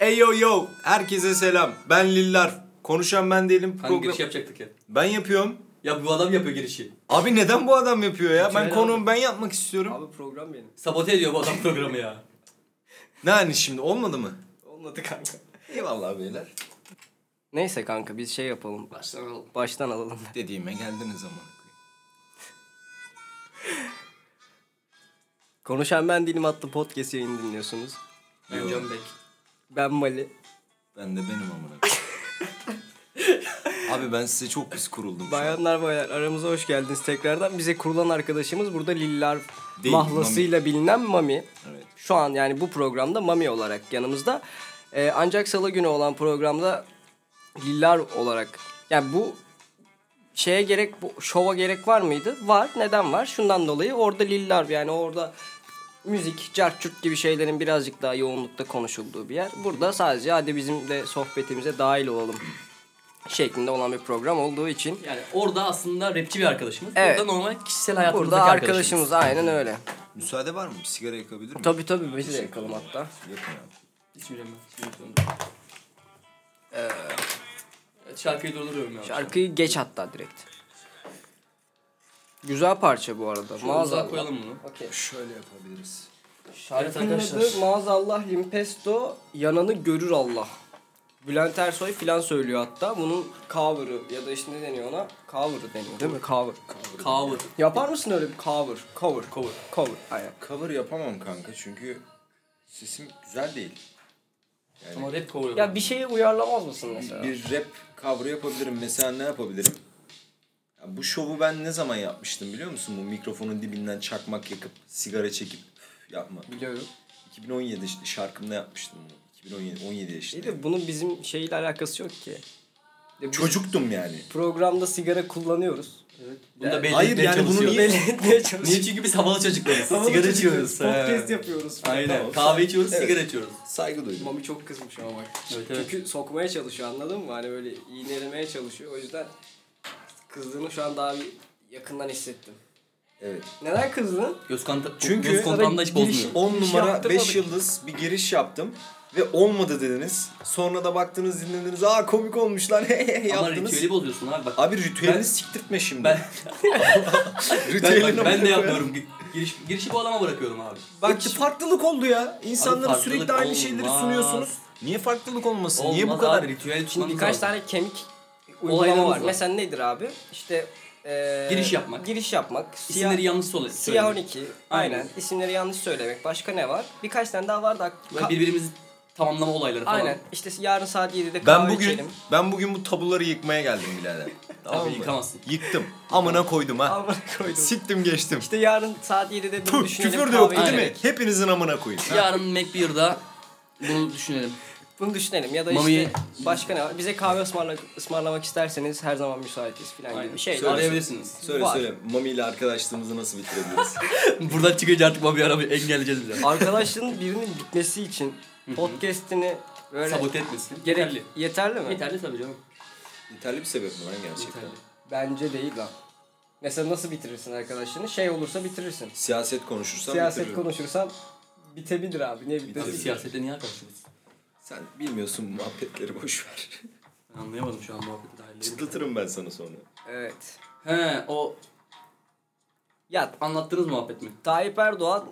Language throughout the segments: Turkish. Ey yo yo. Herkese selam. Ben Lillar. Konuşan ben değilim. Hangi şey? Program... giriş yapacaktık ya? Ben yapıyorum. Ya bu adam yapıyor girişi. Abi neden bu adam yapıyor ya? Ben Ritüel konuğum ben yapmak istiyorum. Abi program benim. Sabote ediyor bu adam programı ya. Ne hani şimdi olmadı mı? Olmadı kanka. Eyvallah beyler. Neyse kanka biz şey yapalım. Baştan alalım. Baştan alalım. Dediğime geldiniz zaman. Konuşan Ben Değilim adlı podcast yayını dinliyorsunuz. Ben Yo. Can Bek. Ben Mali. Ben de benim amına. koyayım. Abi ben size çok pis kuruldum. şu an. Bayanlar baylar aramıza hoş geldiniz tekrardan. Bize kurulan arkadaşımız burada Lillar Değil, mahlasıyla bilinen Mami. Evet. Şu an yani bu programda Mami olarak yanımızda. Ee, ancak salı günü olan programda Lillar olarak. Yani bu şeye gerek, bu şova gerek var mıydı? Var. Neden var? Şundan dolayı orada Lillar yani orada müzik, cartçurt gibi şeylerin birazcık daha yoğunlukta konuşulduğu bir yer. Burada sadece hadi bizim de sohbetimize dahil olalım şeklinde olan bir program olduğu için Yani orada aslında rapçi bir arkadaşımız. Evet. Burada normal kişisel hayatımızdaki Burada arkadaşımız aynen öyle. Müsaade var mı? Bir sigara yakabilir miyim? Tabi tabi biz de yakalım hatta. Yakın abi. Bismillahirrahmanirrahim. Bismillahirrahmanirrahim. Evet, Ee, Şarkıyı durduruyorum ya. Şarkıyı geç hatta direkt. Güzel parça bu arada. Şunu uzağa maazallah. koyalım bunu. Okey. Şöyle yapabiliriz. Şarkının Evet adı arkadaşlar. maazallah Limpesto yananı görür Allah. Bülent Ersoy filan söylüyor hatta. Bunun cover'ı ya da işte ne deniyor ona? Cover'ı deniyor değil mi? Cover. Cover. Yapar mısın öyle bir cover? Cover. Cover. Cover. Aynen. Cover yapamam kanka çünkü sesim güzel değil. Ama rap cover yapalım. Ya bir şeye uyarlamaz mısın mesela? Bir rap cover yapabilirim. Mesela ne yapabilirim? Ya bu şovu ben ne zaman yapmıştım biliyor musun? Bu mikrofonun dibinden çakmak yakıp sigara çekip üf, yapma. Biliyorum. 2017 ş- şarkımda yapmıştım bunu. 2017 17 İyi yaşında. de bunun bizim şeyle alakası yok ki. Ya biz- Çocuktum yani. programda sigara kullanıyoruz. Evet. Bunu da belli Hayır, etmeye yani bunu çalışıyor. niye- Belli etmeye çalışıyoruz. Niye çünkü biz havalı çocuklarız. sigara içiyoruz. Podcast He. yapıyoruz. Aynen. Tamam. Kahve içiyoruz, Evet. sigara içiyoruz. Saygı duydum. Mami çok kızmış ama bak. Evet, evet. Çünkü sokmaya çalışıyor anladın mı? Hani böyle iğnelemeye çalışıyor. O yüzden kızdığını şu an daha bir yakından hissettim. Evet. Neden kızdın? Göz, kanta, Çünkü- göz kontağını da hiç Girişi- bozmuyor. 10 Giriş numara şey yaptırmadık. 5 yıldız bir giriş yaptım ve olmadı dediniz. Sonra da baktınız dinlediniz. Aa komik olmuşlar Ama yaptınız. ritüeli bozuyorsun abi bak. Abi ritüelini Ben- siktirtme şimdi. Ben- Ben, Ritüelini bak, ben de bırak. yapmıyorum. Gi- Giriş, girişi bu adama bırakıyorum abi. Bak farklılık oldu ya. İnsanlara farklılık sürekli aynı şeyleri olmaz. sunuyorsunuz. Niye farklılık olmasın? Niye bu Olmaz kadar abi, ritüel Şimdi tutmamız birkaç lazım. tane kemik uygulama Olaylarımız var. var. Mesela nedir abi? İşte eee, Giriş yapmak. Giriş yapmak. Siyah, İsimleri yanlış söyle. siyah söyledim. 12. Aynen. Aynen. İsimleri yanlış söylemek. Başka ne var? Birkaç tane daha var da. Böyle Ka- birbirimizi tamamlama olayları falan. Aynen. İşte yarın saat 7'de kahve Ben bugün içelim. ben bugün bu tabuları yıkmaya geldim birader. tamam mı? yıkamazsın. Yıktım. Amına koydum ha. Amına koydum. Siktim geçtim. İşte yarın saat 7'de Puh, bunu düşünelim. küfür de kahve yoktu değil mi? içelim. Hepinizin amına koyayım. ha. Yarın McBeer'da bunu düşünelim. Bunu düşünelim ya da işte Mami'yi- başka ne var? Bize kahve ısmarla, ısmarlamak isterseniz her zaman müsaitiz falan gibi Aynen. bir şey. Söyle. Arayabilirsiniz. Söyle Var. söyle Mami ile arkadaşlığımızı nasıl bitirebiliriz? Buradan çıkınca artık Mami'yi aramayı engelleyeceğiz bile. Arkadaşlığın birinin bitmesi için podcast'ini böyle Sabote etmesin. gerek Yeterli. yeterli mi? Yeterli tabii canım. Yeterli bir sebep mi lan gerçekten? Yeterli. Bence değil lan. Mesela nasıl bitirirsin arkadaşlığını? Şey olursa bitirirsin. Siyaset konuşursam Siyaset bitiririm. konuşursan bitebilir abi. Niye Abi bitmesin? siyasette niye arkadaşsınız? Sen bilmiyorsun muhabbetleri boş ver. Ben Anlayamadım şu an muhabbeti dahil. Çıtlatırım ben sana sonra. Evet. He o Ya anlattığınız muhabbet mi? Tayyip Erdoğan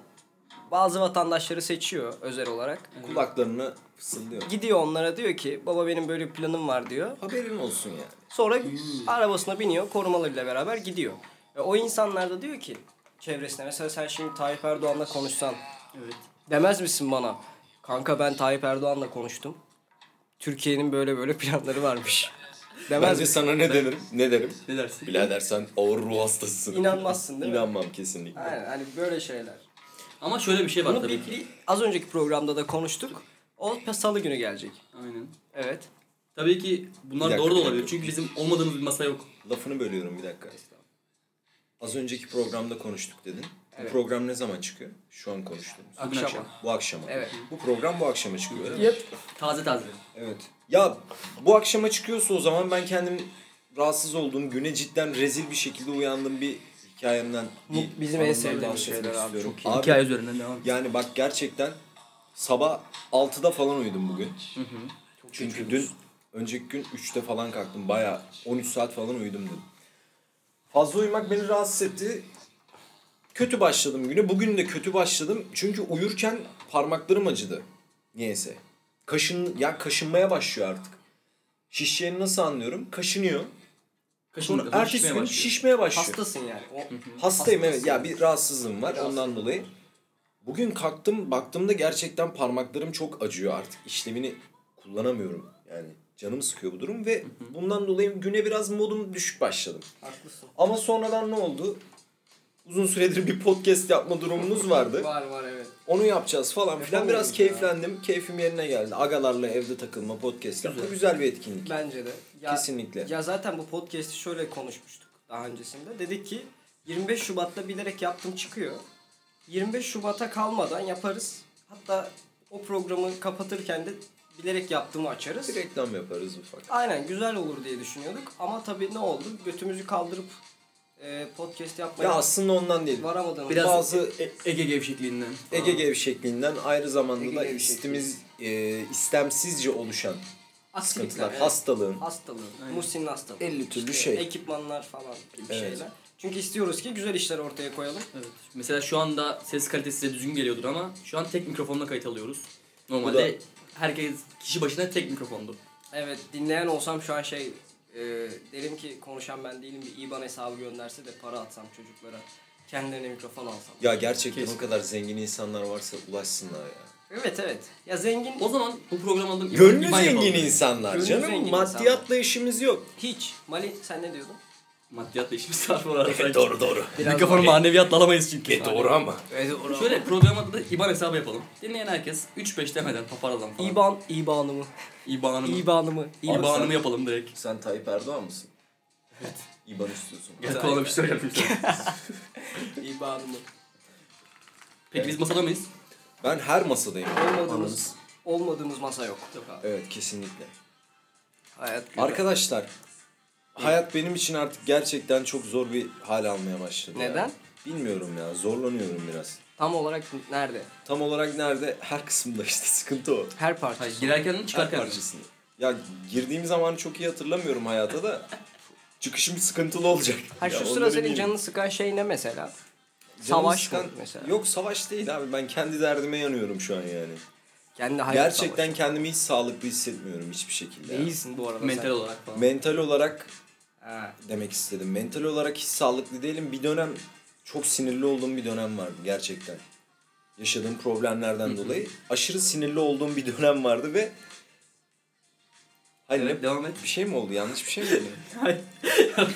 bazı vatandaşları seçiyor özel olarak. Kulaklarına fısıldıyor. Gidiyor onlara diyor ki baba benim böyle bir planım var diyor. Haberin olsun yani. Sonra arabasına biniyor, korumalarıyla beraber gidiyor. E, o insanlar da diyor ki çevresine mesela sen şimdi Tayyip Erdoğan'la konuşsan Evet. demez misin bana? Kanka ben Tayyip Erdoğan'la konuştum. Türkiye'nin böyle böyle planları varmış. Demez Bence misin? sana ne derim? Ne derim? Ne dersin? Birader sen ağır ruh hastasısın. İnanmazsın değil mi? İnanmam kesinlikle. Aynen hani böyle şeyler. Ama şöyle bir şey var Bunu tabii. bir, bir- az önceki programda da konuştuk. O salı günü gelecek. Aynen. Evet. Tabii ki bunlar Bir dakika, doğru da bir olabilir. dakika. Çünkü bizim olmadığımız bir masa yok. Lafını bölüyorum bir dakika. Az önceki programda konuştuk dedin. Evet. Bu program ne zaman çıkıyor? Şu an konuştuğumuz. Bugün Akşama. akşam. Bu akşama. Evet. Bu program bu akşama çıkıyor. öyle mi? Yep. Taze taze. Evet. Ya bu akşama çıkıyorsa o zaman ben kendim rahatsız olduğum güne cidden rezil bir şekilde uyandığım bir hikayemden Bu bir bizim en anımdan sevdiğimiz bahsetmek şeyler abi, istiyorum. çok Abi, Hikaye üzerinden devam. yani bak gerçekten Sabah 6'da falan uyudum bugün. Çünkü dün önceki gün 3'te falan kalktım. Bayağı 13 saat falan uyudum dedim. Fazla uyumak beni rahatsız etti. Kötü başladım güne. Bugün de kötü başladım. Çünkü uyurken parmaklarım acıdı. Niyeyse. Kaşın, ya kaşınmaya başlıyor artık. Şişeceğini nasıl anlıyorum? Kaşınıyor. Sonra Kaşındıkça sonra ertesi gün başlıyor. şişmeye başlıyor. Hastasın yani. O, Hastayım evet. Hastasın. Ya bir rahatsızlığım var ondan dolayı. Bugün kalktım baktığımda gerçekten parmaklarım çok acıyor artık. İşlemini kullanamıyorum. Yani canım sıkıyor bu durum ve bundan dolayı güne biraz modum düşük başladım. Haklısın. Ama sonradan ne oldu? Uzun süredir bir podcast yapma durumumuz vardı. Var var evet. Onu yapacağız falan filan. Yapamıyoruz Biraz ya. keyiflendim. Keyfim yerine geldi. Agalarla evde takılma podcast yapma. Güzel. Güzel bir etkinlik. Bence de. Kesinlikle. Ya zaten bu podcast'i şöyle konuşmuştuk daha öncesinde. Dedik ki 25 Şubat'ta bilerek yaptım çıkıyor. 25 Şubat'a kalmadan yaparız. Hatta o programı kapatırken de bilerek yaptığımı açarız. Bir reklam yaparız ufak. Aynen güzel olur diye düşünüyorduk. Ama tabii ne oldu? Götümüzü kaldırıp e, podcast yapmaya Ya aslında ondan değil. varamadığımız Biraz Bazı- E- Ege gevşekliğinden. Ege gevşekliğinden ayrı zamanda Ege da gevşekliği. istimiz e, istemsizce oluşan sıkıntılar, evet. hastalığın. hastalığı, Aynen. Muhsin'in hastalığı. 50 türlü İşte şey. Ekipmanlar falan gibi Evet. şeyler. Çünkü istiyoruz ki güzel işler ortaya koyalım. Evet. Mesela şu anda ses kalitesi size düzgün geliyordur ama şu an tek mikrofonla kayıt alıyoruz. Normalde herkes kişi başına tek mikrofondu. Evet dinleyen olsam şu an şey e, derim ki konuşan ben değilim bir IBAN hesabı gönderse de para atsam çocuklara. Kendilerine mikrofon alsam. Ya gerçekten Kesin. o kadar zengin insanlar varsa ulaşsınlar ya. Evet evet. Ya zengin O zaman bu program aldım. Gönlü zengin insanlar Gönlü canım. zengin Maddiyatla işimiz yok. hiç. Mali sen ne diyordun? Maddiyatla işimiz sarfı var. doğru E, doğru. E, Mikrofon maneviyatla alamayız çünkü. ama. Şöyle program adı da IBAN hesabı yapalım. Dinleyen herkes 3-5 demeden paparazan falan. İban, İban'ımı. İBAN'ımı. İban'ımı. İBAN'ımı yapalım direkt. Sen Tayyip Erdoğan mısın? Evet. İban istiyorsun. Gel kolana bir şeyler yapayım sana. İban'ımı. Peki biz masada mıyız? Ben her masadayım. Olmadığımız, olmadığımız masa yok. Yok abi. Evet kesinlikle. Hayat Arkadaşlar hayat benim için artık gerçekten çok zor bir hal almaya başladı. ya. Neden? Bilmiyorum ya zorlanıyorum biraz. Tam olarak nerede? Tam olarak nerede? Her kısımda işte sıkıntı o. Her parça. Hayır, girerken mi Her çıkarken mi? parçasını. Ya girdiğim zamanı çok iyi hatırlamıyorum hayata da çıkışım sıkıntılı olacak. Ha Ya şu onları sıra senin bilmiyorum. canını sıkan şey ne mesela? Canım savaş mı sıkan- mesela? Yok savaş değil abi ben kendi derdime yanıyorum şu an yani. Kendi hayat Gerçekten kendimi hiç sağlıklı hissetmiyorum hiçbir şekilde. savaşı. ya. Değilsin bu arada Mental sen. olarak falan. Mental olarak Ha. demek istedim. Mental olarak hiç sağlıklı değilim. Bir dönem çok sinirli olduğum bir dönem vardı gerçekten. Yaşadığım problemlerden dolayı aşırı sinirli olduğum bir dönem vardı ve Hayır, Evet ne- devam et. bir şey mi oldu? Yanlış bir şey mi oldu?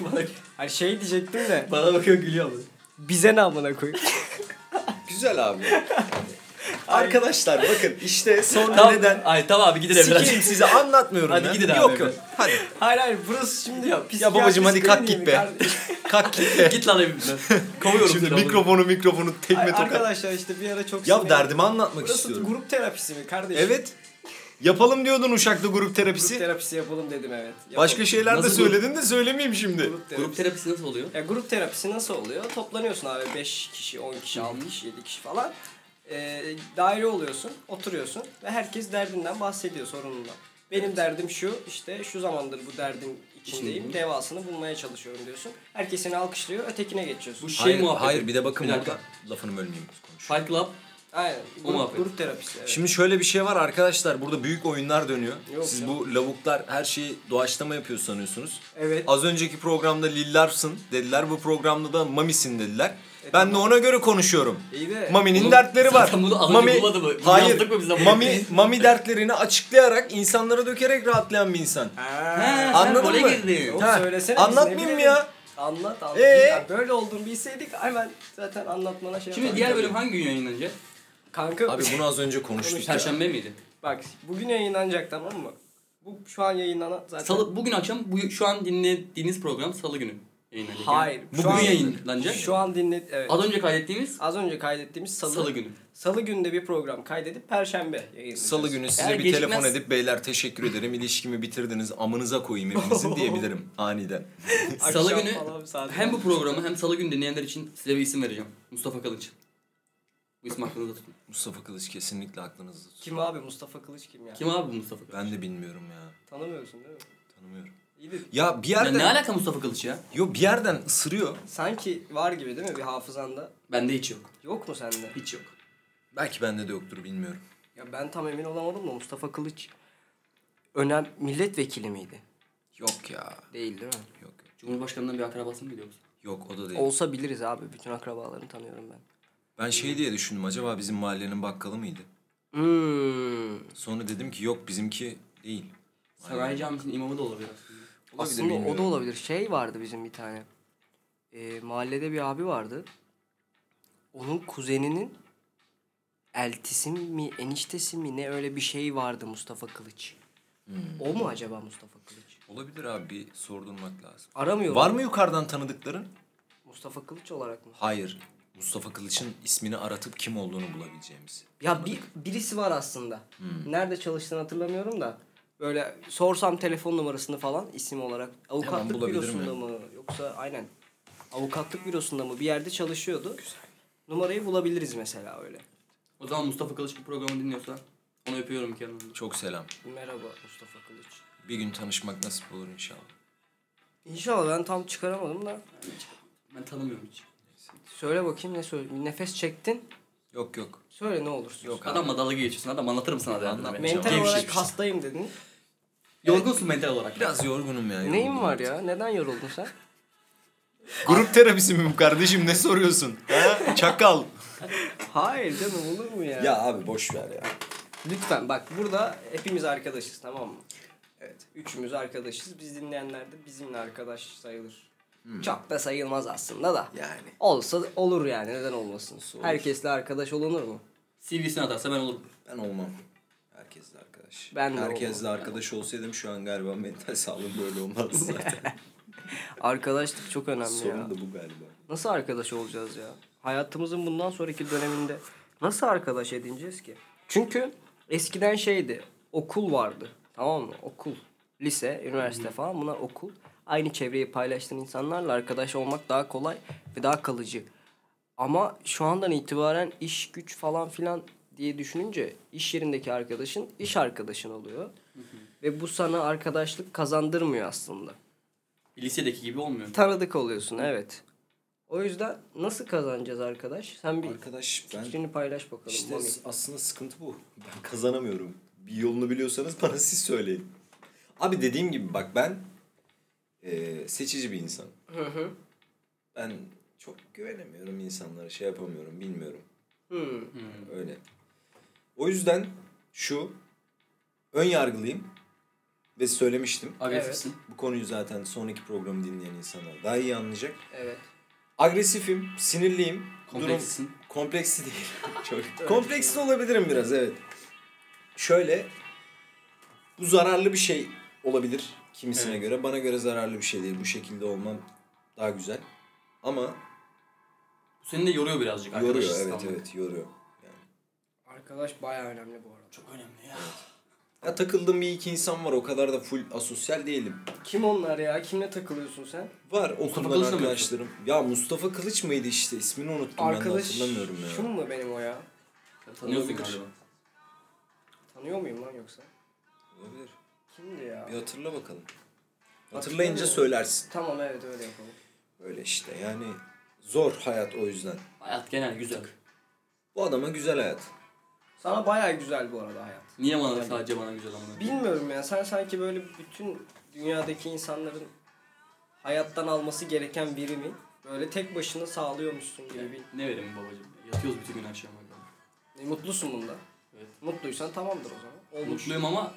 bana, Hayır şey diyecektim de bana bakıyor gülüyor mu? bize ne amına koy. Güzel abi. Arkadaşlar bakın işte sonra Tamam. neden Ay tamam abi gidin evden. sikeyim size anlatmıyorum Hadi ya. gidin abi Yok evden. yok. Hadi hayır hayır burası şimdi ya. Ya babacım, hadi kalk git be. kalk git be. Git lan evimden. Kovuyorum Şimdi seni. oğlum. mikrofonu mikrofonu tekme tokat. arkadaşlar işte bir ara çok Ya şey sinirlendim. derdimi anlatmak Burası istiyorum. grup terapisi mi kardeşim? Evet. Yapalım diyordun Uşak'ta grup Grup terapisi. terapisi yapalım dedim evet. Yapalım. Başka şey- şeyler de Nasıl söyledin de söylemeyeyim şimdi. grup terapisi. Grup terapisi nasıl oluyor? Ya grup terapisi nasıl oluyor? Toplanıyorsun abi 5 kişi, 10 kişi, 6 kişi, 7 kişi falan. Ee, daire oluyorsun, oturuyorsun ve herkes derdinden bahsediyor, sorunundan. Benim derdim şu, işte şu zamandır bu derdim içindeyim, devasını bulmaya çalışıyorum diyorsun. Herkes seni alkışlıyor, ötekine geçiyorsun. Bu şey muhabbeti. Bir dakika. lafını bölmeyeyim. konuş. Fight Club. Aynen, O muhabbet. grup, grup terapisi. Evet. Şimdi şöyle bir şey var arkadaşlar burada büyük oyunlar dönüyor. Yok Siz ya. bu lavuklar her şeyi doğaçlama yapıyor sanıyorsunuz. Evet. Az önceki programda Lillarsın dediler. Bu programda da Mamisin dediler. E, ben de ona göre konuşuyorum. İyi de- Mami'nin Oğlum, dertleri var. E, zaten bunu az önce bulmadı mı? Bunu Hayır. yazdık mı biz de bu Mami, herif? Mami dertlerini açıklayarak insanlara dökerek rahatlayan bir insan. Ha, Anladın oraya mı? girdin. Oğlum Ha, söylesene biz, ne Anlatmayayım mı bilelim? ya? Anlat, anlat. Ee? Ya böyle olduğunu bilseydik hemen zaten anlatmana şey Şimdi yapardık. diğer bölüm hangi gün yayınlanacak? Kanka, bunu az önce konuştuk. Perşembe miydi? bak bugün yayınlanacak tamam mı? Bu şu an yayınlanan zaten... Salı, bugün akşam bu, şu an dinlediğiniz program salı günü yayınlanacak. Hayır. Yani. Bugün şu an- yayınlanacak. Şu an dinlet evet. Az önce kaydettiğimiz Az önce kaydettiğimiz salı. salı, Salı, günü. günde bir program kaydedip perşembe yayınlayacağız. Salı günü size Eğer bir gecikmez- telefon edip beyler teşekkür ederim ilişkimi bitirdiniz amınıza koyayım hepinizin diyebilirim aniden. Akşam salı günü falan saat Hem bu altı. programı hem salı günü dinleyenler için size bir isim vereceğim. Mustafa Kalınç. Bu İsmi aklınızda tutun. Mustafa Kılıç kesinlikle aklınızda. tutun. Kim abi Mustafa Kılıç kim ya? Kim abi bu Mustafa Kılıç? Ben de bilmiyorum ya. Tanımıyorsun değil mi? Tanımıyorum. İyi de Ya bir Ya yerden... ne alaka Mustafa Kılıç ya? Yo bir yerden ısırıyor. sanki var gibi değil mi bir hafızanda? Bende hiç yok. Yok mu sende? Hiç yok. Belki bende de yoktur bilmiyorum. Ya ben tam emin olamadım da Mustafa Kılıç önem milletvekili miydi? Yok ya. Değil değil mi? Yok. Cumhurbaşkanından bir akrabası mı biliyor musun? Yok o da değil. Olsa biliriz abi. Bütün akrabalarını tanıyorum ben. Ben şey diye düşündüm acaba bizim mahallenin bakkalı mıydı? Hmm. Sonra dedim ki yok bizimki değil. Saray Camisi'nin imamı da olabilir aslında. Olabilir, Aslında o da bilmiyorum. olabilir. Şey vardı bizim bir tane. Ee, mahallede bir abi vardı. Onun kuzeninin eltisi mi, eniştesi mi ne öyle bir şey vardı Mustafa Kılıç. Hmm. O mu acaba Mustafa Kılıç? Olabilir abi bir sordurmak lazım. Aramıyorum. Var mı yukarıdan tanıdıkların? Mustafa Kılıç olarak mı? Hayır. Mustafa Kılıç'ın ismini aratıp kim olduğunu bulabileceğimiz. Ya bir, birisi var aslında. Hmm. Nerede çalıştığını hatırlamıyorum da. Böyle sorsam telefon numarasını falan isim olarak. Avukatlık bulabilirim bürosunda yani. mı? Yoksa aynen. Avukatlık bürosunda mı? Bir yerde çalışıyordu. Numarayı bulabiliriz mesela öyle. O zaman Mustafa Kılıç bu programı dinliyorsa onu öpüyorum ki yanımda. Çok selam. Merhaba Mustafa Kılıç. Bir gün tanışmak nasip olur inşallah. İnşallah ben tam çıkaramadım da. Ben tanımıyorum hiç. Söyle bakayım ne söyle. Nefes çektin. Yok yok. Söyle ne olursun. Yok abi. Adamla dalga geçiyorsun. Adam anlatırım sana derdini. Anlatmayacağım. Mental Gevşek olarak işte. hastayım dedin. Yorgunsun mental olarak. Biraz yorgunum ya. Neyin yoruldum var artık. ya? Neden yoruldun sen? Grup terapisi miyim kardeşim ne soruyorsun? Ha? Çakal. Hayır canım olur mu ya? Ya abi boş ver ya. Lütfen bak burada hepimiz arkadaşız tamam mı? Evet. Üçümüz arkadaşız. Biz dinleyenler de bizimle arkadaş sayılır. Çok da sayılmaz aslında da. Yani. Olsa da olur yani neden olmasın? Herkesle arkadaş olunur mu? CV'sini atarsa ben olurum. Ben olmam. Herkesle arkadaş. Ben de Herkesle arkadaş olsaydım şu an galiba mental sağlığım böyle olmazdı zaten. Arkadaşlık çok önemli ya. Sorun da bu galiba. Nasıl arkadaş olacağız ya? Hayatımızın bundan sonraki döneminde nasıl arkadaş edineceğiz ki? Çünkü eskiden şeydi. Okul vardı. Tamam mı? Okul. Lise, üniversite falan bunlar okul. Aynı çevreyi paylaştığın insanlarla arkadaş olmak daha kolay ve daha kalıcı. Ama şu andan itibaren iş, güç falan filan diye düşününce iş yerindeki arkadaşın iş arkadaşın oluyor. Ve bu sana arkadaşlık kazandırmıyor aslında Lisedeki gibi olmuyor. tanıdık oluyorsun evet. O yüzden nasıl kazanacağız arkadaş? Sen bir Arkadaş ben fikrini paylaş bakalım. işte Mami. aslında sıkıntı bu. Ben kazanamıyorum. Bir yolunu biliyorsanız bana siz söyleyin. Abi dediğim gibi bak ben eee, seçici bir insanım. Ben çok güvenemiyorum insanlara şey yapamıyorum bilmiyorum. Hmm. Öyle. O yüzden şu ön yargılıyım ve söylemiştim. Agresifsin. Bu konuyu zaten sonraki programı dinleyen insanlar daha iyi anlayacak. Evet. Agresifim, sinirliyim. Komplekssin. Durum, kompleksi değil. Çok, kompleksli olabilirim biraz evet. Şöyle bu zararlı bir şey olabilir kimisine Evet. göre. Bana göre zararlı bir şey değil. Bu şekilde olmam daha güzel. Ama Bu Seni de yoruyor birazcık arkadaş. yoruyor evet İstanbul. evet yoruyor. Yani Arkadaş bayağı önemli bu arada. Çok önemli ya. Ya takıldığım bir iki insan var. O kadar da full asosyal değilim. Kim onlar ya? Kimle takılıyorsun sen? Var Mustafa okuldan Kılıç'la mı arkadaşlarım. Ya Mustafa Kılıç mıydı işte? ismini unuttum ben de hatırlamıyorum ya. şun mu benim o ya? Sen Tanıyorsun Olabilir. galiba. Tanıyor muyum lan yoksa? Olabilir. Kimdi ya? Bir hatırla bakalım. Hatırlayınca Hatırlamıyorum. söylersin. Tamam evet öyle yapalım. Öyle işte yani zor hayat o yüzden. Hayat genel güzel. Bu adama güzel hayat. Sana bayağı güzel bu arada hayat. Niye bana sadece bana güzel anlıyor? Bilmiyorum ya sen sanki böyle bütün dünyadaki insanların hayattan alması gereken birimi böyle tek başına sağlıyormuşsun gibi bir Ne vereyim babacığım? Yatıyoruz bütün gün akşama. kadar. E, mutlusun bunda. Evet. Mutluysan tamamdır o zaman. Olmuş. Mutluyum ama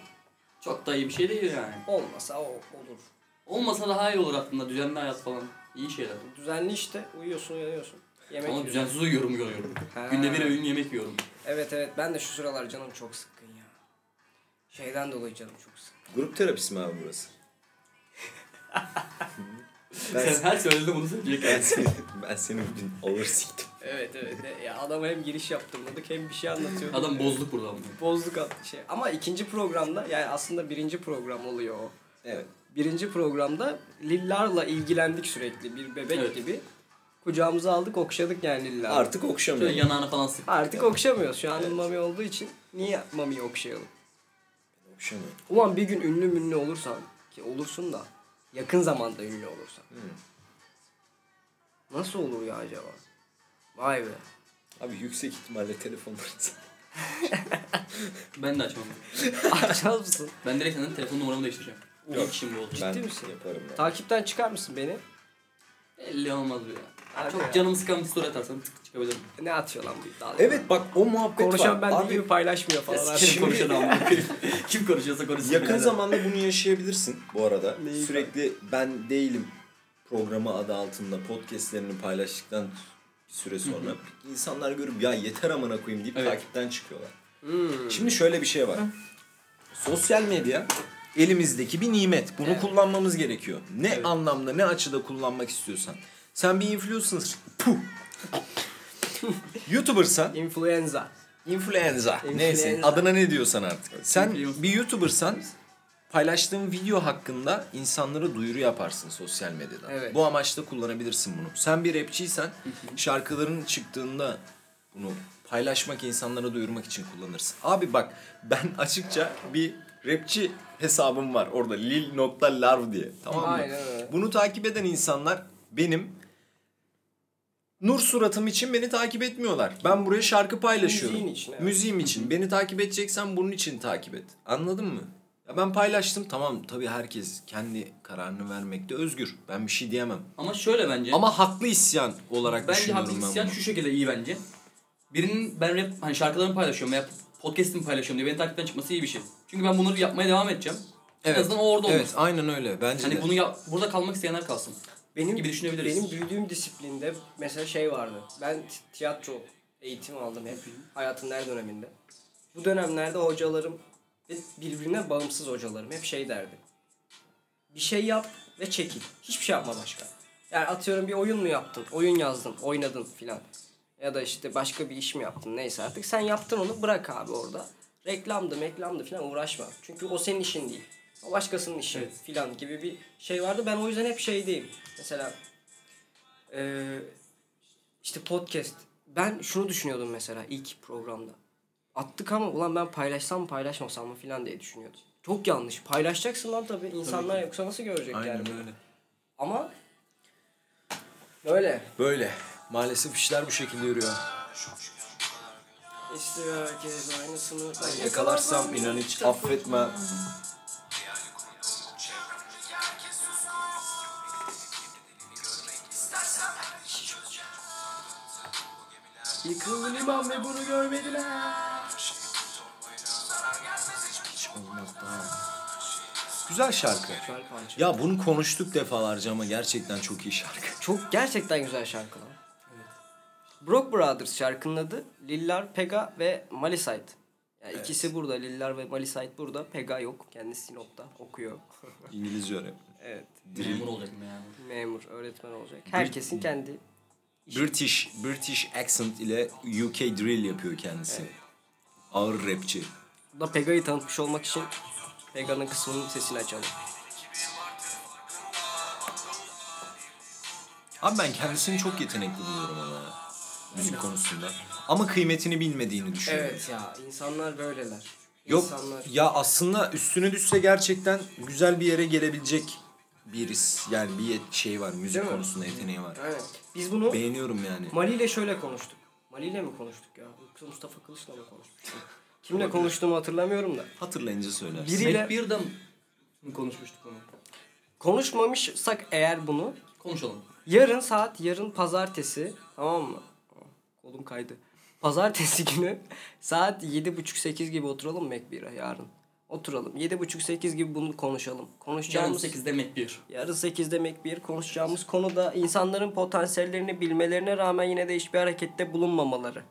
çok da iyi bir şey değil yani. Olmasa o olur. Olmasa daha iyi olur aslında düzenli hayat falan. İyi şeyler. Düzenli işte uyuyorsun uyanıyorsun. Yemek Ama yiyorsun. düzensiz uyuyorum görüyorum. Ha. Günde bir öğün yemek yiyorum. Evet evet ben de şu sıralar canım çok sıkkın ya. Şeyden dolayı canım çok sıkkın. Grup terapisi mi abi burası? ben, Sen her söylediğinde bunu söyleyecek. ben, seni, ben seni bugün ağır siktim. Evet evet. E, Ya adama hem giriş yaptırmadık hem bir şey anlatıyorduk. Adam bozduk burada. ama. bozduk at şey. Ama ikinci programda yani aslında birinci program oluyor o. Evet. Birinci programda Lillar'la ilgilendik sürekli bir bebek Evet. gibi. Kucağımıza aldık okşadık yani illa. Artık okşamıyor. Şöyle yanağına falan sık. Artık okşamıyoruz. Şu an mami olduğu için niye mamiyi okşayalım? Okşamıyor. Ulan bir gün ünlü münlü olursan ki olursun da yakın zamanda ünlü olursan. Nasıl olur ya acaba? Vay be. Abi yüksek ihtimalle telefonları Ben de açmam. Açar mısın? Ben direkt senden telefon numaramı değiştireceğim. İlk işim bu oldu. ben misin? yaparım ya. Takipten çıkar mısın beni? Belli olmaz bu ya. Abi Çok ya. canımı sıkan bir story atarsan tık çıkabilirim. Ne atıyor lan bu iddialı? Evet bak o muhabbet Konuşan var. ben Abi değil mi paylaşmıyor Ya falan. sikerim konuşan amına koyayım. Kim konuşuyorsa konuşsun. yakın birader. zamanda bunu yaşayabilirsin bu arada. Neyi Sürekli ben değilim programı adı altında podcastlerini paylaştıktan bir süre sonra insanlar görüp ya yeter amına koyayım deyip Evet. takipten çıkıyorlar. Şimdi şöyle bir şey var. Sosyal medya elimizdeki bir nimet. Bunu kullanmamız gerekiyor. Ne anlamda ne açıda kullanmak istiyorsan. Sen bir influencer. Puh. YouTuber'san Influenza. Influenza. Influenza. Neyse adına ne diyorsan artık. Sen Influencer. bir YouTuber'san paylaştığın video hakkında insanlara duyuru yaparsın sosyal medyada. Evet. Bu amaçla kullanabilirsin bunu. Sen bir rapçiysen şarkıların çıktığında bunu paylaşmak, insanlara duyurmak için kullanırsın. Abi bak ben açıkça bir rapçi hesabım var orada lil.larv diye tamam mı? Aynen öyle. Bunu takip eden insanlar benim nur suratım için beni takip etmiyorlar. Ben buraya şarkı paylaşıyorum. Müziğin için, evet. Müziğim için. Beni takip edeceksen bunun için takip et. Anladın mı? Ya ben paylaştım tamam tabii herkes kendi kararını vermekte özgür. Ben bir şey diyemem. Ama şöyle bence. Ama haklı isyan olarak bence düşünüyorum haklı ben isyan bunu. şu şekilde iyi bence. Birinin ben rap hani şarkılarımı paylaşıyorum veya podcast'imi paylaşıyorum diye beni takipten çıkması iyi bir şey. Çünkü ben bunları yapmaya devam edeceğim. Evet. En azından o orada Evet olmasın. aynen öyle bence Hani de. bunu yap, burada kalmak isteyenler kalsın. Benim gibi düşünebiliriz. Benim büyüdüğüm disiplinde mesela şey vardı. Ben t- tiyatro eğitimi aldım hep hayatın her döneminde. Bu dönemlerde hocalarım ve birbirine bağımsız hocalarım hep şey derdi. Bir şey yap ve çekil. Hiçbir şey yapma başka. Yani atıyorum bir oyun mu yaptın? Oyun yazdın, oynadın filan. Ya da işte başka bir iş mi yaptın? Neyse artık sen yaptın onu bırak abi orada. Reklamdı, meklamdı filan uğraşma. Çünkü o senin işin değil. O başkasının işi filan gibi bir şey vardı. Ben o yüzden hep şeydeyim. Mesela ee, işte podcast. Ben şunu düşünüyordum mesela ilk programda. Attık ama ulan ben paylaşsam mı paylaşmasam mı filan diye düşünüyordum. Çok yanlış. Paylaşacaksın lan tabii. İnsanlar yoksa nasıl görecek Aynen yani? öyle. Ama böyle. Böyle. Maalesef işler bu şekilde yürüyor. İstiyor herkes aynısını. Yakalarsam inan hiç affetme. Yıkıldı liman ve bunu görmediler. Olmaz daha. Güzel şarkı. Güzel parça. Ya bunu konuştuk defalarca ama gerçekten çok iyi şarkı. Çok gerçekten güzel şarkılar. Brock Brothers şarkının adı Lillar, Pega ve Malisite. Yani ikisi burada. Lillar ve Malisite burada. Pega yok. Kendisi Sinop'ta okuyor. İngilizce öğretmen. evet. Memur olacaktım yani. Memur, öğretmen olacak. Herkesin kendi. British, British accent ile UK drill yapıyor kendisi. Ağır rapçi. Bu da Pega'yı tanıtmış olmak için Pega'nın kısmının sesini açalım. Abi ben kendisini çok yetenekli buluyorum ama ya. Müzik konusunda. Ama kıymetini bilmediğini düşünüyorum. ya. insanlar böyleler. Yok İnsanlar. ya aslında üstüne düşse gerçekten güzel bir yere gelebilecek birisi. Yani bir yet- şey var müzik Değil mi? konusunda yeteneği var. Aynen. Biz bunu Beğeniyorum yani. Mali ile şöyle konuştuk. Mali ile mi konuştuk ya? Yoksa Mustafa Kılıç'la mı konuştuk? Kimle konuştuğumu hatırlamıyorum da. Hatırlayınca söylersin. Biriyle- Mac bir de mi konuşmuştuk onu. Konuşmamışsak eğer bunu Konuşalım. yarın saat yarın pazartesi tamam mı? Kolum kaydı. Pazartesi günü saat 7.30-8 gibi oturalım mı Ekbir'e yarın? Oturalım. 7.30-8 gibi bunu konuşalım. Canım Konuşacağımız 8 demek bir. Yarın 8 demek bir konuşacağımız konu da insanların potansiyellerini bilmelerine rağmen yine de hiçbir harekette bulunmamaları.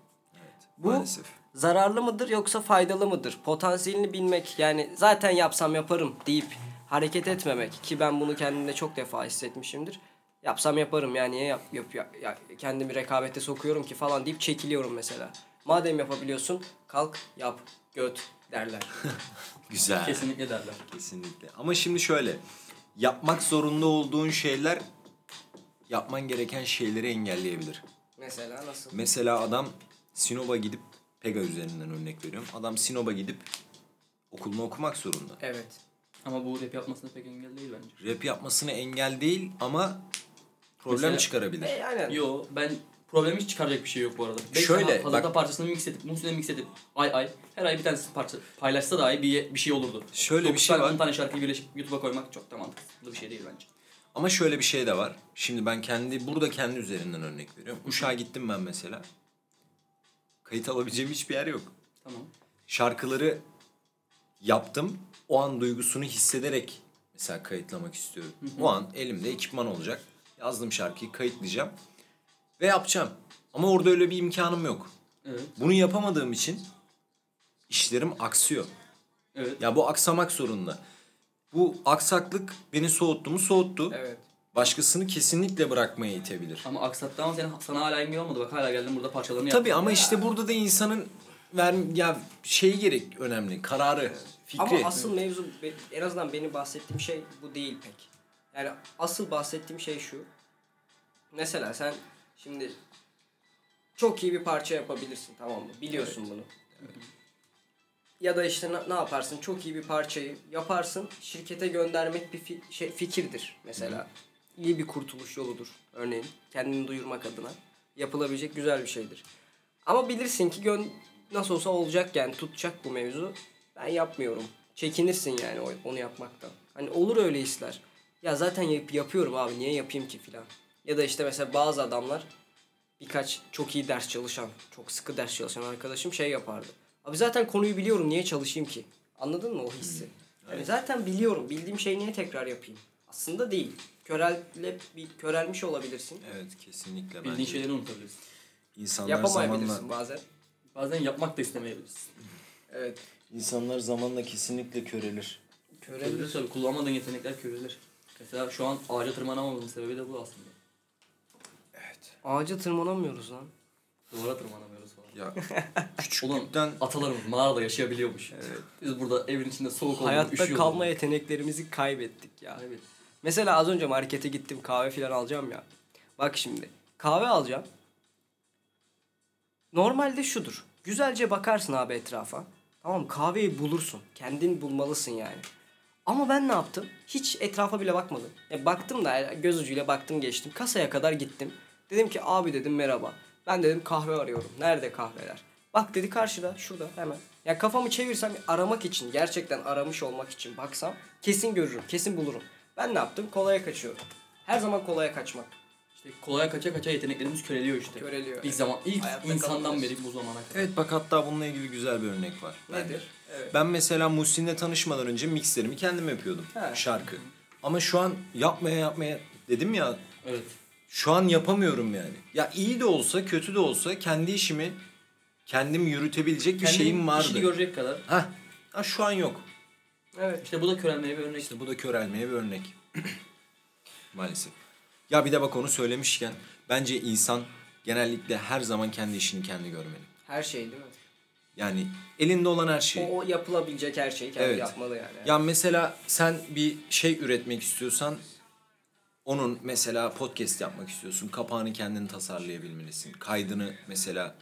Bu Maalesef. zararlı mıdır yoksa faydalı mıdır? Potansiyelini bilmek yani zaten yapsam yaparım deyip hareket etmemek ki ben bunu kendimde çok defa hissetmişimdir. Yapsam yaparım yani niye yap, yap, ya- ya- kendimi rekabete sokuyorum ki falan deyip çekiliyorum mesela. Madem yapabiliyorsun kalk yap göt derler. Güzel. Kesinlikle derler. Kesinlikle. Ama şimdi şöyle. Yapmak zorunda olduğun şeyler yapman gereken şeyleri engelleyebilir. Mesela nasıl? Mesela adam Sinop'a gidip Pega üzerinden örnek veriyorum. Adam Sinop'a gidip okulunu okumak zorunda. Evet. Ama bu rap yapmasına pek engel değil bence. Rap yapmasını engel değil ama problem Mesela- çıkarabilir. E, aynen. Yo ben problem hiç çıkaracak bir şey yok bu arada. Beş Şöyle, tane Hazırda bak- parçasını mix edip, bunun üstüne mix edip ay ay her ay bir tane parça paylaşsa dahi bir, bir şey olurdu. Şöyle bir Dokuz şey tane, var. on tane şarkıyı birleşip YouTube'a koymak çok da mantıklı bir şey değil bence. Ama şöyle bir şey de var. Şimdi ben kendi burada kendi üzerinden örnek veriyorum. Uşağa gittim ben mesela. Kayıt alabileceğim hiçbir yer yok. Tamam. Şarkıları yaptım. O an duygusunu hissederek mesela kayıtlamak istiyorum. O an elimde ekipman olacak. Yazdım şarkıyı kayıtlayacağım ve yapacağım. Ama orada öyle bir imkanım yok. Evet. Bunu yapamadığım için işlerim aksıyor. Evet. Ya bu aksamak zorunda. Bu aksaklık beni soğuttu mu soğuttu. Evet. Başkasını kesinlikle bırakmaya itebilir. Ama aksattı ama senin, sana hala engel olmadı. Bak hala geldim burada parçalarını yaptım. Tabii ama işte burada da insanın ver ya şeyi gerek önemli. Kararı, fikri. Ama asıl mevzu be- en azından benim bahsettiğim şey bu değil pek. Yani asıl bahsettiğim şey şu. Mesela sen şimdi çok iyi bir parça yapabilirsin tamam mı? Biliyorsun bunu. Ya da işte ne- ne yaparsın? Çok iyi bir parçayı yaparsın. Şirkete göndermek bir fi- şey, fikirdir mesela. İyi bir kurtuluş yoludur örneğin. Kendini duyurmak adına yapılabilecek güzel bir şeydir. Ama bilirsin ki gön nasıl olsa olacak yani tutacak bu mevzu. Ben yapmıyorum. Çekinirsin yani o- onu yapmaktan. Hani olur öyle hisler. Ya zaten yap- yapıyorum abi niye yapayım ki filan. Ya da işte mesela bazı adamlar birkaç çok iyi ders çalışan, çok sıkı ders çalışan arkadaşım şey yapardı. Abi zaten konuyu biliyorum niye çalışayım ki? Anladın mı o hissi? Hmm, Yani zaten biliyorum. Bildiğim şeyi niye tekrar yapayım? Aslında değil. Körelip bir körelmiş olabilirsin. Evet kesinlikle Bildiğin bence. şeyleri unutabilirsin. İnsanlar Yapamayabilirsin zamanla bazen. Bazen yapmak da istemeyebilirsin. Evet. insanlar zamanla kesinlikle körelir. Körelir. Körülür tabii. Kullanmadığın yetenekler körülür. Mesela şu an ağaca tırmanamamamızın sebebi de bu aslında. Ağaca tırmanamıyoruz lan. Duvara tırmanamıyoruz falan. Ya Ulan küçüklükten atalarımız mağarada yaşayabiliyormuş. Biz burada evin içinde soğuk olduğunu üşüyoruz. Hayatta kalma yeteneklerimizi kaybettik ya. Evet. Mesela az önce markete gittim kahve filan alacağım ya. Bak şimdi kahve alacağım. Normalde şudur. Güzelce bakarsın abi etrafa. Tamam mı? kahveyi bulursun. Kendin bulmalısın yani. Ama ben ne yaptım? Hiç etrafa bile bakmadım. E, baktım da göz ucuyla baktım geçtim. Kasaya kadar gittim. Dedim ki abi dedim merhaba. Ben dedim kahve arıyorum. Nerede kahveler? Bak dedi karşıda şurada hemen. Ya kafamı çevirsem aramak için gerçekten aramış olmak için baksam kesin görürüm kesin bulurum. Ben ne yaptım? Kolaya kaçıyorum. Her zaman kolaya kaçmak. İşte kolaya kaça kaça yeteneklerimiz köreliyor işte. Köreliyor, İlk evet. zaman ilk Hayatta insandan kalamıyoruz. beri bu zamana kadar. Evet bak hatta bununla ilgili güzel bir örnek var. bence. Nedir? Evet. Ben mesela Muhsin'le tanışmadan önce mixlerimi kendim yapıyordum. He. Şarkı. Ama şu an yapmaya yapmaya dedim ya Evet. şu an yapamıyorum yani. Ya iyi de olsa kötü de olsa kendi işimi kendim yürütebilecek bir şeyim vardı. işini görecek kadar. Heh. Ha şu an yok. Evet. İşte bu da körelmeye bir örnek. Bu da körelmeye bir örnek. Maalesef. Ya bir de bak onu söylemişken bence insan genellikle her zaman kendi işini kendi görmeli. Her şey değil mi? Yani elinde olan her şeyi. O, o yapılabilecek her şeyi kendi E, Evet. yapmalı yani. Ya mesela sen bir şey üretmek istiyorsan onun mesela podcast yapmak istiyorsun. Kapağını kendin tasarlayabilmelisin. Kaydını mesela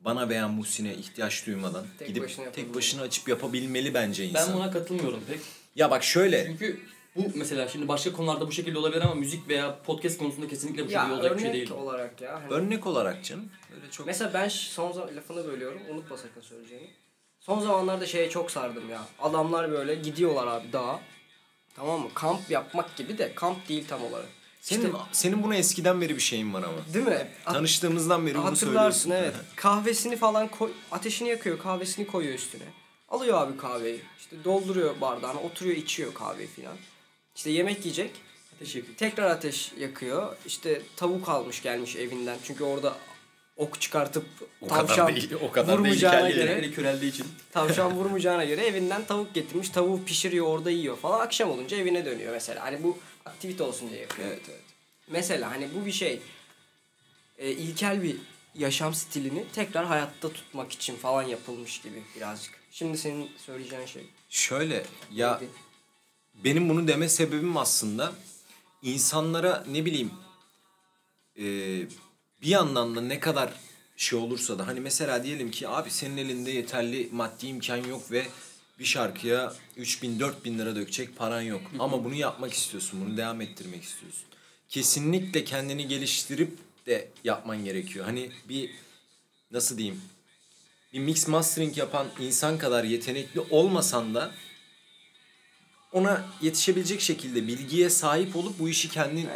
bana veya Muhsin'e ihtiyaç duymadan Tek gidip başına tek yapabilmeli. başına açıp yapabilmeli bence insan. Ben buna katılmıyorum pek. Ya bak şöyle Çünkü bu mesela şimdi başka konularda bu şekilde olabilir ama müzik veya podcast konusunda kesinlikle bu şekilde Ya olacak bir örnek şey değil. olarak ya. Hani örnek olarak canım. Öyle çok Mesela ben ş- son zaman lafını bölüyorum. Unutma sakın söyleyeceğini. Son zamanlarda şeye çok sardım ya. Adamlar böyle gidiyorlar abi dağa. Tamam mı? Kamp yapmak gibi de kamp değil tam olarak. senin İşte- senin buna eskiden beri bir şeyin var ama. değil mi? At- Tanıştığımızdan beri bunu söylüyorsun. Hatırlarsın evet. Kahvesini falan koy, ateşini yakıyor, kahvesini koyuyor üstüne. Alıyor abi kahveyi. İşte dolduruyor bardağına, oturuyor içiyor kahveyi filan. İşte yemek yiyecek. Teşekkür. Tekrar ateş yakıyor. İşte tavuk almış gelmiş evinden. Çünkü orada ok çıkartıp O kadar tavşan değil- o kadar değil vurmayacağına hikaye. göre Eli köreldiği için. tavşan vurmayacağına göre evinden tavuk getirmiş. Tavuğu pişiriyor orada yiyor falan. Akşam olunca evine dönüyor mesela. Hani bu aktivite olsun diye yapıyor. Evet evet. Mesela hani bu bir şey e, ilkel bir yaşam stilini tekrar hayatta tutmak için falan yapılmış gibi birazcık. Şimdi senin söyleyeceğin şey. Şöyle ya neydi? benim bunu deme sebebim aslında insanlara ne bileyim e, bir yandan da ne kadar şey olursa da hani mesela diyelim ki abi senin elinde yeterli maddi imkan yok ve bir şarkıya 3000 4000 lira dökecek paran yok. Ama bunu yapmak istiyorsun. Bunu devam ettirmek istiyorsun. Kesinlikle kendini geliştirip de yapman gerekiyor. Hani bir nasıl diyeyim? Bir mix mastering yapan insan kadar yetenekli olmasan da ona yetişebilecek şekilde bilgiye sahip olup bu işi kendin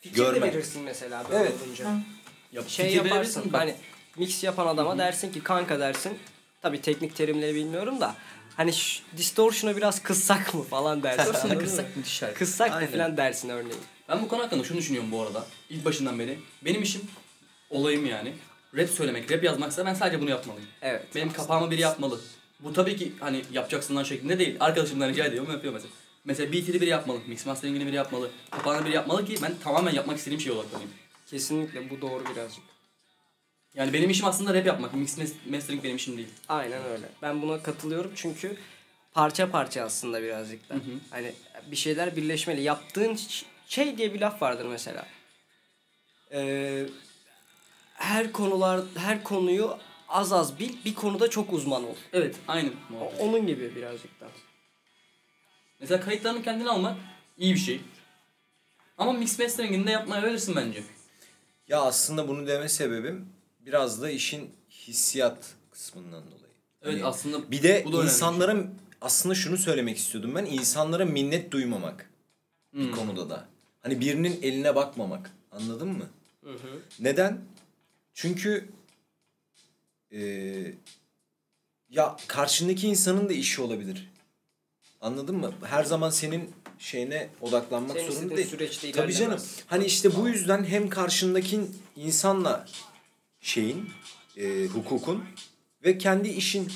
Fikir de görmek. verirsin mesela böyle Evet. olunca. Yap, Şey fikir yaparsın verebilirsin. Ben- hani mix yapan adama dersin ki kanka dersin. Tabii teknik terimleri bilmiyorum da. Hani şu distortion'a biraz kıssak mı falan dersin. Sana anladın mı? kıssak müthiş şarkı. Kıssak mı Aynen. falan dersin örneğin. Ben bu konu hakkında şunu düşünüyorum bu arada. İlk başından beri. Benim işim, olayım yani. Rap söylemek, rap yazmaksa ben sadece bunu yapmalıyım. Evet. Benim kapağımı biri yapmalı. Bu tabii ki hani yapacaksın lan şeklinde değil. Arkadaşımdan rica ediyorum yapıyor mesela. Mesela beat'i biri yapmalı, mix mastering'ini biri yapmalı, kapağını biri yapmalı ki ben tamamen yapmak istediğim şeye odaklanayım. Kesinlikle bu doğru birazcık. Yani benim işim aslında rap yapmak, mix mas- mastering benim işim değil. Aynen öyle. Ben buna katılıyorum çünkü parça parça aslında birazcık da. Hani bir şeyler birleşmeli. Yaptığın ş- şey diye bir laf vardır mesela. Ee, her konular her konuyu az az bil, bir konuda çok uzman ol. Evet, aynı O- muhabbet. Onun gibi birazcık da. Mesela kayıtlarını kendin almak iyi bir şey. Ama mix mastering'ini de yapmayabilirsin bence. Ya aslında bunu deme sebebim biraz da işin hissiyat kısmından dolayı. Evet Hani aslında bir de bu da önemli. şey. insanlara aslında şunu söylemek istiyordum ben insanlara minnet duymamak Hmm. bir konuda da. Hani birinin eline bakmamak. Anladın mı? Neden? Çünkü eee, Ee, ya karşındaki insanın da işi olabilir. Anladın mı? Her zaman senin şeyine odaklanmak Senin zorunda istediğin değil. süreçte Tabii canım. ilerlemez. Hani işte bu yüzden hem karşındaki insanla şeyin, e, hukukun ve kendi işinin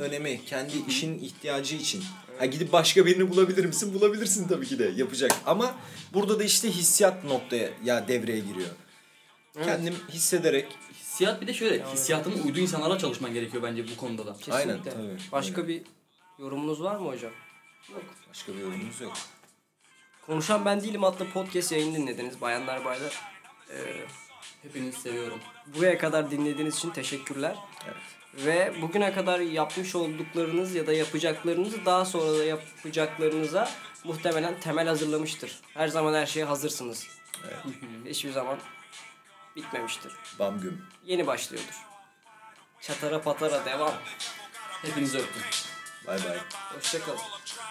önemi, kendi işinin ihtiyacı için. Ha gidip başka birini bulabilir misin? Bulabilirsin tabii ki de yapacak. Ama burada da işte hissiyat noktaya ya devreye giriyor. Kendim hissederek Hissiyat bir de şöyle, hissiyatının uyduğu insanlarla çalışman gerekiyor bence bu konuda da. Kesinlikle. Aynen, tabii. Başka Aynen. bir yorumunuz var mı hocam? başka bir yorumumuz yok. Konuşan ben değilim adlı podcast yayını dinlediniz bayanlar baylar. Ee, Hepinizi seviyorum. Buraya kadar dinlediğiniz için teşekkürler. Evet. Ve bugüne kadar yapmış olduklarınız ya da yapacaklarınızı daha sonra da yapacaklarınıza muhtemelen temel hazırlamıştır. Her zaman her şeye hazırsınız. Hiçbir zaman bitmemiştir. Bam güm. Yeni başlıyordur. Çatara patara devam. Hepinizi öptüm. Bay bay. Hoşçakalın. I'll try